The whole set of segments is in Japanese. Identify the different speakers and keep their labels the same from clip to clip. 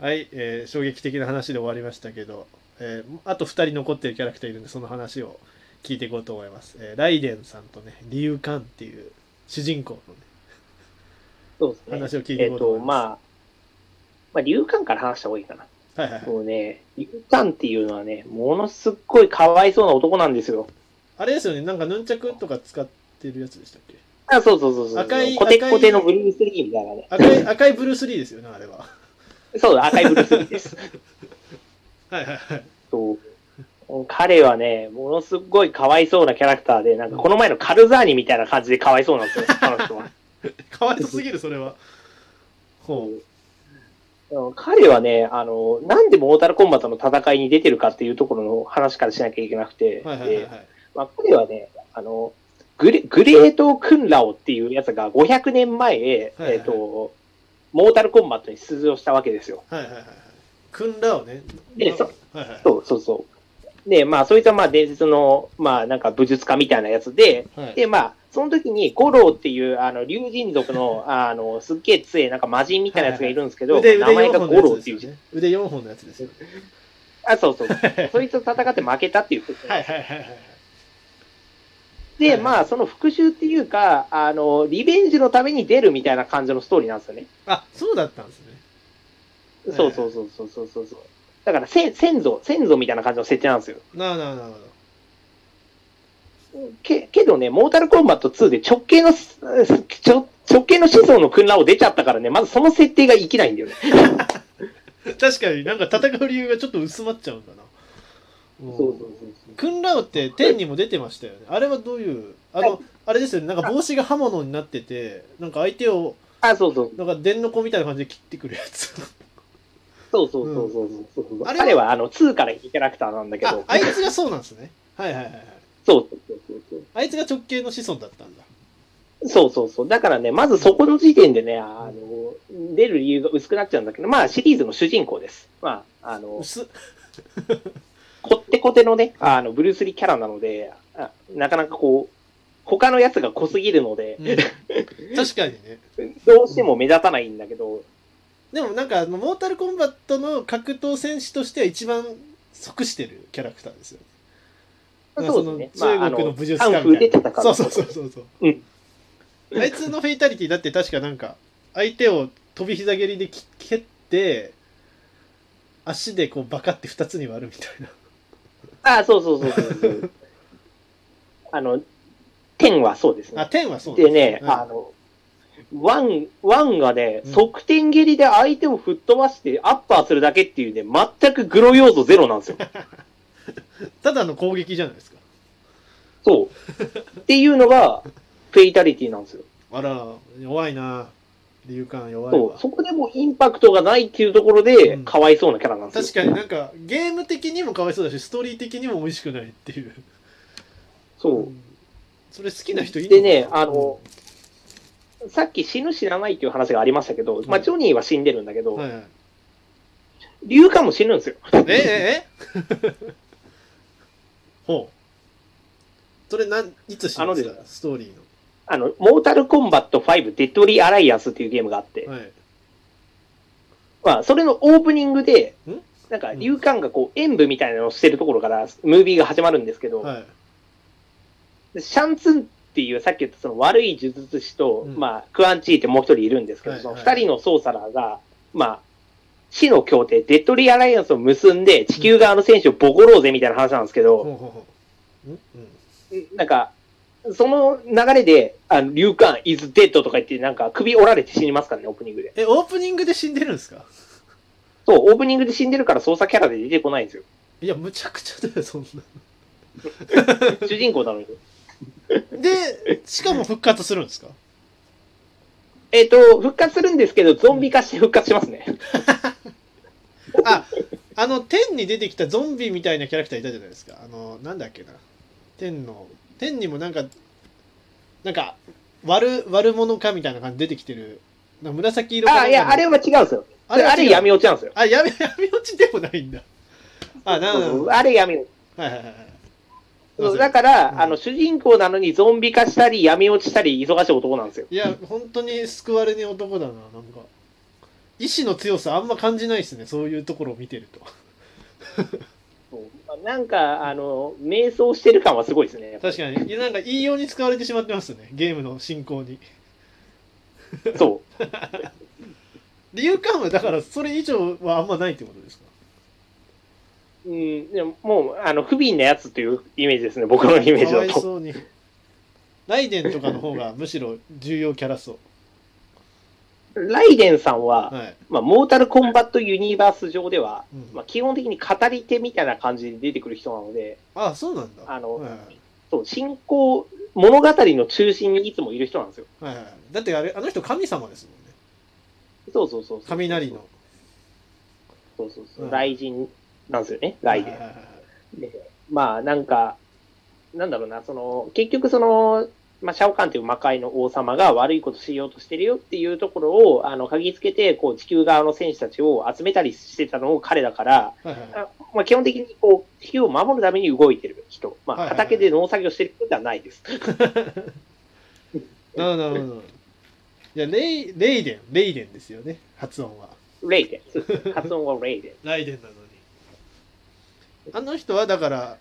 Speaker 1: はい、えー衝撃的な話で終わりましたけど、えーあと2人残ってるキャラクターいるんでその話を聞いていこうと思います、えーライデンさんとねリュウカンっていう主人公のね
Speaker 2: そうですね。
Speaker 1: 話を聞いてい
Speaker 2: えっ、
Speaker 1: こうと
Speaker 2: と、
Speaker 1: 思います
Speaker 2: まあ、まあ、流感から話した方がいいかな。
Speaker 1: はいはいはい
Speaker 2: もうね、流感っていうのはね、ものすっごいかわいそうな男なんですよ。
Speaker 1: あれですよねなんかヌンチャクとか使ってるやつでしたっけ
Speaker 2: あ、そうそうそうそう。
Speaker 1: 赤い
Speaker 2: コテ
Speaker 1: 赤い
Speaker 2: コテのブルース・リーみたいなね。
Speaker 1: 赤い赤いブルース・リーですよねあれは
Speaker 2: そうだ、赤いブルース・リ ーです。
Speaker 1: はいはいはい
Speaker 2: そう彼はね、ものすごいかわいそうなキャラクターで、なんかこの前のカルザーニみたいな感じでかわいそうなん ですよ、彼の人は。
Speaker 1: かわいそうすぎるそれはほう
Speaker 2: うん彼はね、あの、なんでモータルコンバットの戦いに出てるかっていうところの話からしなきゃいけなくて、
Speaker 1: はいはいはい
Speaker 2: で
Speaker 1: はい
Speaker 2: まあ、彼はね、あの、グレグレート・クンラオっていうやつが500年前、
Speaker 1: はいはい
Speaker 2: えっ、と、モータルコンバットに出場したわけですよ。
Speaker 1: はいはいはいクンラをね
Speaker 2: でそ
Speaker 1: はいはい
Speaker 2: そうそうそう。で、まあ、そいつはまあ伝説の、まあ、なんか武術家みたいなやつで、
Speaker 1: はい
Speaker 2: で、まあ、その時にゴローっていう、あの、竜神 族の、あの、すっげえ強い、なんか魔人みたいなやつがいるんですけど、
Speaker 1: 腕腕
Speaker 2: 名前
Speaker 1: 4
Speaker 2: が
Speaker 1: 本の
Speaker 2: ゴ
Speaker 1: や
Speaker 2: ロー
Speaker 1: つ
Speaker 2: っ
Speaker 1: で
Speaker 2: て
Speaker 1: す
Speaker 2: い
Speaker 1: よ
Speaker 2: う。
Speaker 1: ね腕4本のやつですよね
Speaker 2: あ、そうそう。 そいつと戦って負けたっていうこと
Speaker 1: はいはいはいはいは
Speaker 2: で、
Speaker 1: い
Speaker 2: まあ、その復讐っていうか、あの、リベンジのために出るみたいな感じのストーリーなんですよね。
Speaker 1: あそうだったんですねい
Speaker 2: そうそうそうそうそうそうそう。だからせ、先祖、先祖みたいな感じの設定なんですよ。
Speaker 1: なるほどなるほど
Speaker 2: けけどね、モータルコンバット2で直系のす、ちょ直系の子孫の訓練を出ちゃったからね、まずその設定が生きないんだよね。
Speaker 1: 確かになんか戦う理由がちょっと薄まっちゃうんだな。そう
Speaker 2: そう。
Speaker 1: クンラオって天にも出てましたよね。あれはどういう、あの、あれですよね、なんか帽子が刃物になってて、なんか相手を、
Speaker 2: あ、そうそう。
Speaker 1: なんか電の子みたいな感じで切ってくるやつ。
Speaker 2: そうそうそうそうそうそう、
Speaker 1: んあれは
Speaker 2: 彼はあの2からいいキャラクターなんだけ
Speaker 1: あ
Speaker 2: ど、、
Speaker 1: あいつがそうなんですね。はいはいはいはい。
Speaker 2: そうそうそうそうそう。
Speaker 1: あいつが直系の子孫だったんだ。
Speaker 2: そうそうそう。だからね、まずそこの時点でね、あの、出る理由が薄くなっちゃうんだけど、まあシリーズの主人公です。まあ、あの、
Speaker 1: 薄っ。
Speaker 2: こってこてのね、あの、ブルースリーキャラなので、あなかなかこう、他のやつが濃すぎるので
Speaker 1: う、ん確かにね。
Speaker 2: どうしても目立たないんだけど、
Speaker 1: でもなんかあの、モータルコンバットの格闘戦士としては一番即してるキャラクターですよね。
Speaker 2: まあ
Speaker 1: なんか
Speaker 2: そうですね。
Speaker 1: その
Speaker 2: まあ、あ
Speaker 1: 中国の
Speaker 2: の、
Speaker 1: 武術
Speaker 2: カ
Speaker 1: 家み
Speaker 2: ン
Speaker 1: たいな
Speaker 2: フーで戦う。
Speaker 1: そうそうそうそうそう、
Speaker 2: うん
Speaker 1: あいつのフェイタリティだって確かなんか相手を飛び膝蹴りでき蹴って足でこうバカって2つに割るみたいな
Speaker 2: ああ、そうそうそうそう そう。あの、天はそうです
Speaker 1: あ
Speaker 2: ね。
Speaker 1: 天はそうなん
Speaker 2: でね、
Speaker 1: うん
Speaker 2: あの、ワン、ワンがね、
Speaker 1: うん
Speaker 2: 側転蹴りで相手を吹っ飛ばしてアッパーするだけっていうね、全くグロ要素ゼロなん ですよ。
Speaker 1: ただの攻撃じゃないですか
Speaker 2: そう。っていうのが、フェイタリティなんですよ。
Speaker 1: あら弱いな流感弱い
Speaker 2: そ
Speaker 1: わ
Speaker 2: う。そこでもインパクトがないっていうところで、
Speaker 1: うん
Speaker 2: かわいそうなキャラなんです
Speaker 1: 確
Speaker 2: よ。
Speaker 1: かになんかゲーム的にもかわいそうだしストーリー的にも美味しくないっていう
Speaker 2: そう。
Speaker 1: それ好きな人いる
Speaker 2: でねあの、さっき死ぬ死なないっていう話がありましたけど、ま
Speaker 1: う
Speaker 2: あ、
Speaker 1: ん
Speaker 2: ジョニーは死んでるんだけ
Speaker 1: う
Speaker 2: ど、
Speaker 1: んはいはい、
Speaker 2: リュウカも死ぬんですよ。
Speaker 1: えええ ほうそれなんいつ知りまし
Speaker 2: あの
Speaker 1: たストーリー
Speaker 2: あの、モータルコンバット5デッドリーアライアンスっていうゲームがあって、
Speaker 1: のはい
Speaker 2: まあ、それのオープニングで
Speaker 1: ん、
Speaker 2: なんか、リュウカンがこう、演舞みたいなのをしてるところから、ムービーが始まるんですけど、
Speaker 1: はい
Speaker 2: でシャンツンっていう、さっき言ったその悪い呪術師と、
Speaker 1: うん
Speaker 2: まあ、クアンチーってもう一人いるんですけど、
Speaker 1: はい
Speaker 2: その
Speaker 1: はい
Speaker 2: 二人のソーサラーが、まあ、死の協定、デッドリーアライアンスを結んで、地球側の選手をボコろうぜみたいな話なんですけど、
Speaker 1: ほうほうほうんうん
Speaker 2: なんか、その流れで、あの、流感 is dead とか言って、なんか首折られて死にますからね、オープニングで。
Speaker 1: えオープニングで死んでるんですか
Speaker 2: そう、オープニングで死んでるから操作キャラで出てこないんで すよ。
Speaker 1: いやむちゃくちゃだよそんな
Speaker 2: 主人公なのに。
Speaker 1: でしかも復活するんですか
Speaker 2: えっ、と、復活するんですけど、ゾンビ化して復活しますね。
Speaker 1: ああの天に出てきたゾンビみたいなキャラクターいたじゃないですかあのなんだっけな天の天にもなんかなんか悪悪者かみたいな感じで出てきてるなんか紫色かなん
Speaker 2: あ、
Speaker 1: か
Speaker 2: い
Speaker 1: の
Speaker 2: や、あれは違うんですよ。あれ、
Speaker 1: は違う
Speaker 2: あれ闇落ちなんですよ。
Speaker 1: あ、やめ、 やめ落ちでもないんだ。あ、なる
Speaker 2: そう
Speaker 1: ほ
Speaker 2: そう
Speaker 1: ど。はい
Speaker 2: あれ闇落ち。
Speaker 1: はいはいはい
Speaker 2: そう
Speaker 1: あ。
Speaker 2: だ
Speaker 1: そ
Speaker 2: から、
Speaker 1: うん
Speaker 2: あの、主人公なのにゾンビ化したり、闇落ちしたり、忙しい男なんですよ。
Speaker 1: れいや、本当に救われねえ男だな、なんか。意志の強さあんま感じないですねそういうところを見てると
Speaker 2: そうまあなんか、あの、瞑想してる感はすごいですね。
Speaker 1: 確かにいやなんか言いように使われてしまってますねゲームの進行に
Speaker 2: に。そう。
Speaker 1: 理由感はだからそれ以上はあんまないってことですか
Speaker 2: うん、でももう、あの、不憫なやつというイメージですね、僕のイメージ
Speaker 1: かわ
Speaker 2: だ
Speaker 1: い
Speaker 2: と。
Speaker 1: そうにライデンとかの方がむしろ重要キャラそ
Speaker 2: ライデンさんは、
Speaker 1: うはい、
Speaker 2: まあ、モータルコンバットユニバース上では、
Speaker 1: うん
Speaker 2: まあ、基本的に語り手みたいな感じで出てくる人なので、
Speaker 1: ああそうなんだ
Speaker 2: あの
Speaker 1: はいはい
Speaker 2: そう、進行、物語の中心にいつもいる人なんですよ。
Speaker 1: はいはい、だってあれあの人神様ですもんね
Speaker 2: そうそうそうそう。
Speaker 1: 雷の。
Speaker 2: そうそうそうう。
Speaker 1: ん
Speaker 2: 雷神なんですよね、雷
Speaker 1: はい
Speaker 2: 電。
Speaker 1: はいはい
Speaker 2: でまあ、なんか、なんだろうな、その、結局その、まあ、シャオカンという魔界の王様が悪いことしようとしてるよっていうところを、あの、嗅ぎつけて、こう、地球側の選手たちを集めたりしてたのを彼だから、
Speaker 1: はいはいはい
Speaker 2: まあ、基本的にこう、地球を守るために動いてる人。ま
Speaker 1: はい
Speaker 2: あ、
Speaker 1: はいはい
Speaker 2: 畑で農作業してる人ではないです。
Speaker 1: なるほどなるほどいやレイレイデンレイデンですよね発音は
Speaker 2: レイデンそうですね。発音はレイデン。
Speaker 1: ライデンなのにあの人はだから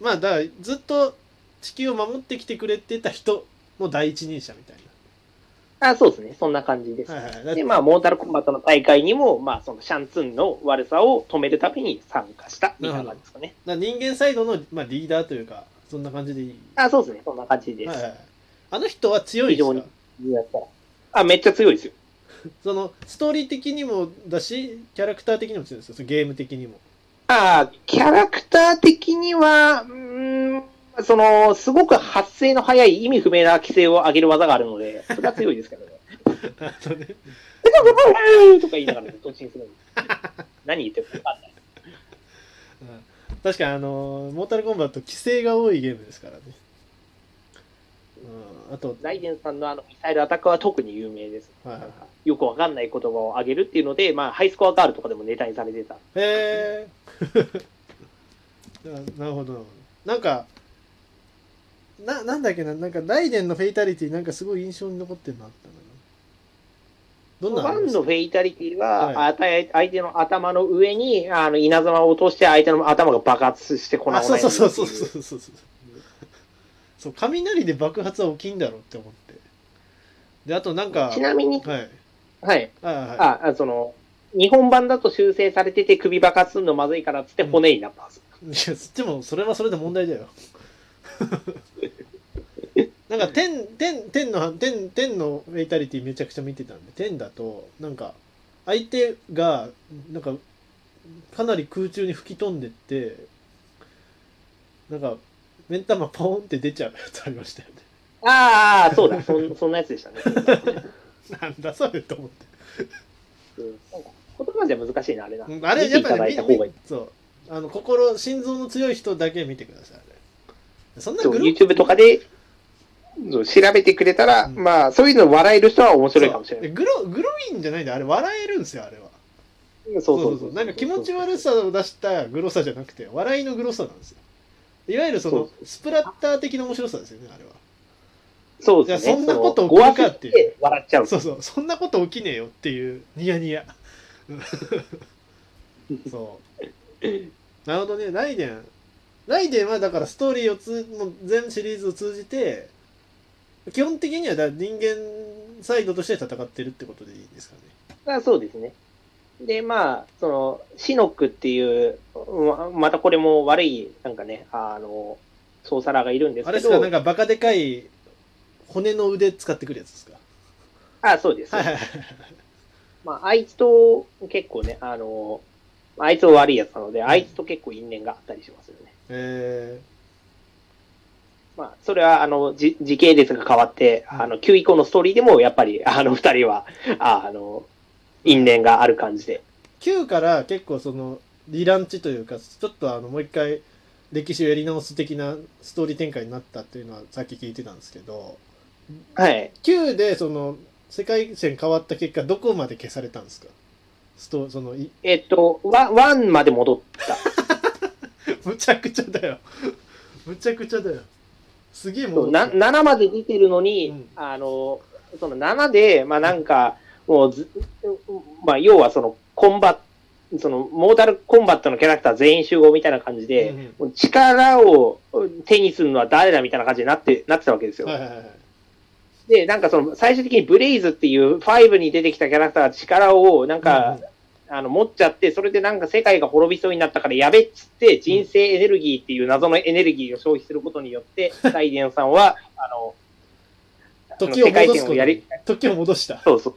Speaker 1: まあだからずっと地球を守ってきてくれてた人の第一人者みたい
Speaker 2: あ、そうですね。そんな感じです。
Speaker 1: な、はいはい、だっ
Speaker 2: で、
Speaker 1: て
Speaker 2: まあ、モータルコンバットの大会にも、まあ、そのシャンツンの悪さを止めるために参加した、みたいな感じですかね。
Speaker 1: だから人間サイドの、まあ、リーダーというかそんな感じでいい、
Speaker 2: あ、そうですね。そんな感じです。
Speaker 1: はいはい、あの人は強いで
Speaker 2: 非常
Speaker 1: す
Speaker 2: に
Speaker 1: か
Speaker 2: やったらあ、めっちゃ強いですよ。
Speaker 1: そのストーリー的にもだしキャラクター的にも強いですよそのゲーム的にも
Speaker 2: あーキャラクター的には、うーん、その、すごく発声の早い意味不明な規制を上げる技があるので、それが強いです けどね。
Speaker 1: あのね
Speaker 2: とか言いながら突進するんです。 何言ってるか分かんない。
Speaker 1: うん確かにあのーモータルコンバット規制が多いゲームですからね、うん、あと
Speaker 2: ライデンさんのあのミサイルアタックは特に有名です。
Speaker 1: はいはい
Speaker 2: よくわかんない言葉を上げるっていうので、まあ、ハイスコアガールとかでもネタにされてた。
Speaker 1: へえ なるほどなるほどなんかななんだっけななんかライデンのフェイタリティなんかすごい印象に残ってるのあったなどんな
Speaker 2: ワ
Speaker 1: ありま
Speaker 2: ン
Speaker 1: す
Speaker 2: のフェイタリティは、
Speaker 1: はい
Speaker 2: あた相手の頭の上にあの稲妻を落として、相手の頭が爆発して粉々
Speaker 1: あ
Speaker 2: に
Speaker 1: そ
Speaker 2: な
Speaker 1: う
Speaker 2: る
Speaker 1: そうそうそう
Speaker 2: ってい
Speaker 1: そうそうそうそう雷で爆発は大きいんだろうって思ってであとなんか
Speaker 2: ちなみに、
Speaker 1: はい
Speaker 2: はい、
Speaker 1: あはい
Speaker 2: ああその日本版だと修正されてて、首爆発するのまずいからっつって、骨になったはず。
Speaker 1: いやでもそれはそれで問題だ よなんか天天天の天天のフェイタリティめちゃくちゃ見てたんで天だとなんか相手がなんかかなり空中に吹き飛んでってなんか目ん玉ポーンって出ちゃうやつありましたよね
Speaker 2: ああ、そう だそん、そんなやつでしたね。
Speaker 1: なんだそれと思って
Speaker 2: うんなんか言葉じゃ難しいな、あれな。
Speaker 1: うんあれやっぱ
Speaker 2: 見て
Speaker 1: り、
Speaker 2: いただいた方がいい
Speaker 1: そうあの心心臓の強い人だけ見てくださいあれそんな
Speaker 2: そう
Speaker 1: グループ
Speaker 2: YouTube とかでそう調べてくれたら、
Speaker 1: うん
Speaker 2: まあ、そういうの笑える人は面白いかもしれない。
Speaker 1: そうグログロいんじゃないんだあれ笑えるんですよあれは
Speaker 2: そうそうそう。
Speaker 1: なんか気持ち悪さを出したグロさじゃなくて笑いのグロさなんですよいわゆるそ
Speaker 2: そう
Speaker 1: の
Speaker 2: そ
Speaker 1: スプラッター的な面白さですよねあれは
Speaker 2: そうです
Speaker 1: いやそ
Speaker 2: ね。
Speaker 1: んなこと
Speaker 2: を
Speaker 1: 起こるかっていう
Speaker 2: 笑っちゃう。
Speaker 1: そうそうそんなこと起きねえよっていうニヤニ ヤうんそうなるほどねライデンライデンはだからストーリーをつもう全シリーズを通じて基本的にはだ人間サイドとして戦ってるってことでいいんですかね
Speaker 2: あそうですね。で、まあ、その、シノックっていう、ままたこれも悪い、なんかね、あの、ソーサラーがいるんです
Speaker 1: あ
Speaker 2: け
Speaker 1: れ
Speaker 2: ど、
Speaker 1: ですかなんかバカでかい骨の腕使ってくるやつですか
Speaker 2: あそうです。
Speaker 1: はいはいはい
Speaker 2: まあ、あいつと結構ね、あの、あいつは悪いやつなので、あいつと結構因縁があったりしますよね。
Speaker 1: え
Speaker 2: まあ、それは、あの、じ時系列が変わって、
Speaker 1: うん
Speaker 2: あの、9以降のストーリーでも、やっぱり、あの、二人は、ああの、因縁がある感じで。
Speaker 1: ー、9から結構そのリランチというかちょっとあのもう一回歴史をやり直す的なストーリー展開になったっていうのはさっき聞いてたんですけど
Speaker 2: はい。
Speaker 1: 9でその世界線変わった結果どこまで消されたんですかストそのい
Speaker 2: えっと、ワンワンまで戻った。
Speaker 1: むちゃくちゃだよむちゃくちゃだよすげえ
Speaker 2: そ
Speaker 1: も
Speaker 2: う
Speaker 1: う
Speaker 2: な7まで出てるのに、
Speaker 1: うん
Speaker 2: あのその7で、まあ、なんか、もうず、まあ、要はその、コンバその、モータルコンバットのキャラクター全員集合みたいな感じで、
Speaker 1: うんうん
Speaker 2: もう力を手にするのは誰だみたいな感じになって、なってたわけですよ。
Speaker 1: はいはいはいはい
Speaker 2: で、なんかその、最終的にブレイズっていう5に出てきたキャラクターが力を、なん
Speaker 1: うん
Speaker 2: か、あの、持っちゃって、それでなんか世界が滅びそうになったからやべっつって、人生エネルギーっていう謎のエネルギーを消費することに よって、ライデンさんは、あの、あの
Speaker 1: 時を
Speaker 2: 世界
Speaker 1: 戻す
Speaker 2: 線
Speaker 1: こ
Speaker 2: をやり、
Speaker 1: と時を戻した
Speaker 2: そうそう。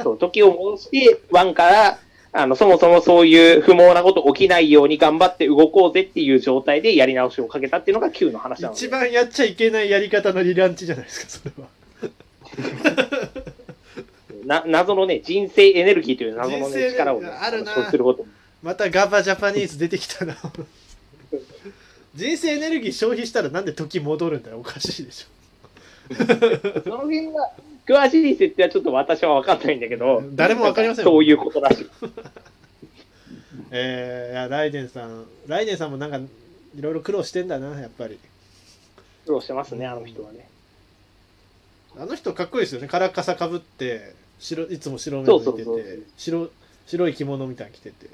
Speaker 2: そう、時を戻して、ワンから、あの、そもそもそういう不毛なこと起きないように頑張って動こうぜっていう状態でやり直しをかけたっていうのが Q の話なので。
Speaker 1: 一番やっちゃいけないやり方のリランチじゃないですかそれは
Speaker 2: な謎のね、人生エネルギーという謎の
Speaker 1: 人生エネル
Speaker 2: ね、
Speaker 1: ギー
Speaker 2: 力をね、
Speaker 1: あるな
Speaker 2: 消費すること。
Speaker 1: またガバジャパニーズ出てきたな人生エネルギー消費したらなんで時戻るんだよおかしいでし
Speaker 2: その辺が、詳しい設定はちょっと私は分かんないんだけど、
Speaker 1: 誰も分かりませんよ
Speaker 2: そういうことらしい。
Speaker 1: ょえー、いやライデンさんライデンさんもなんかいろいろ苦労してんだなやっぱり
Speaker 2: 苦労してますね、あの人はね。
Speaker 1: あの人かっこいいですよね。カラカサかぶって、白いつも白目を向いて
Speaker 2: そうそうそうそ
Speaker 1: て
Speaker 2: う、
Speaker 1: 白白い着物みたいに着てて。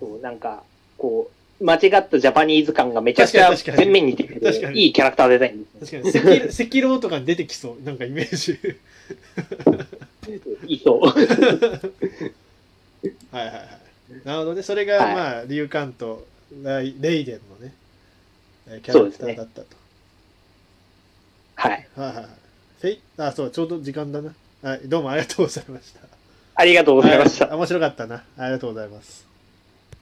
Speaker 2: そうなんか、こう、間違ったジャパニーズ感がめちゃくちゃ
Speaker 1: 確かに確かに
Speaker 2: 全面に出て
Speaker 1: 確か
Speaker 2: る、
Speaker 1: に
Speaker 2: いいキャラクターデザインですね。
Speaker 1: 確か に赤赤老とかに出てきそう。なんかイメージ。
Speaker 2: いいそう。
Speaker 1: はいはいはい。なるほどね。それが、
Speaker 2: はい
Speaker 1: まあ、リュウカンとライレイデンのね、えーキャラクターだったと。
Speaker 2: はい。
Speaker 1: はいはいはい。フェイあ、そう、ちょうど時間だな。はい、どうもありがとうございました。
Speaker 2: ありがとうございました。
Speaker 1: 面白かったな。ありがとうございます。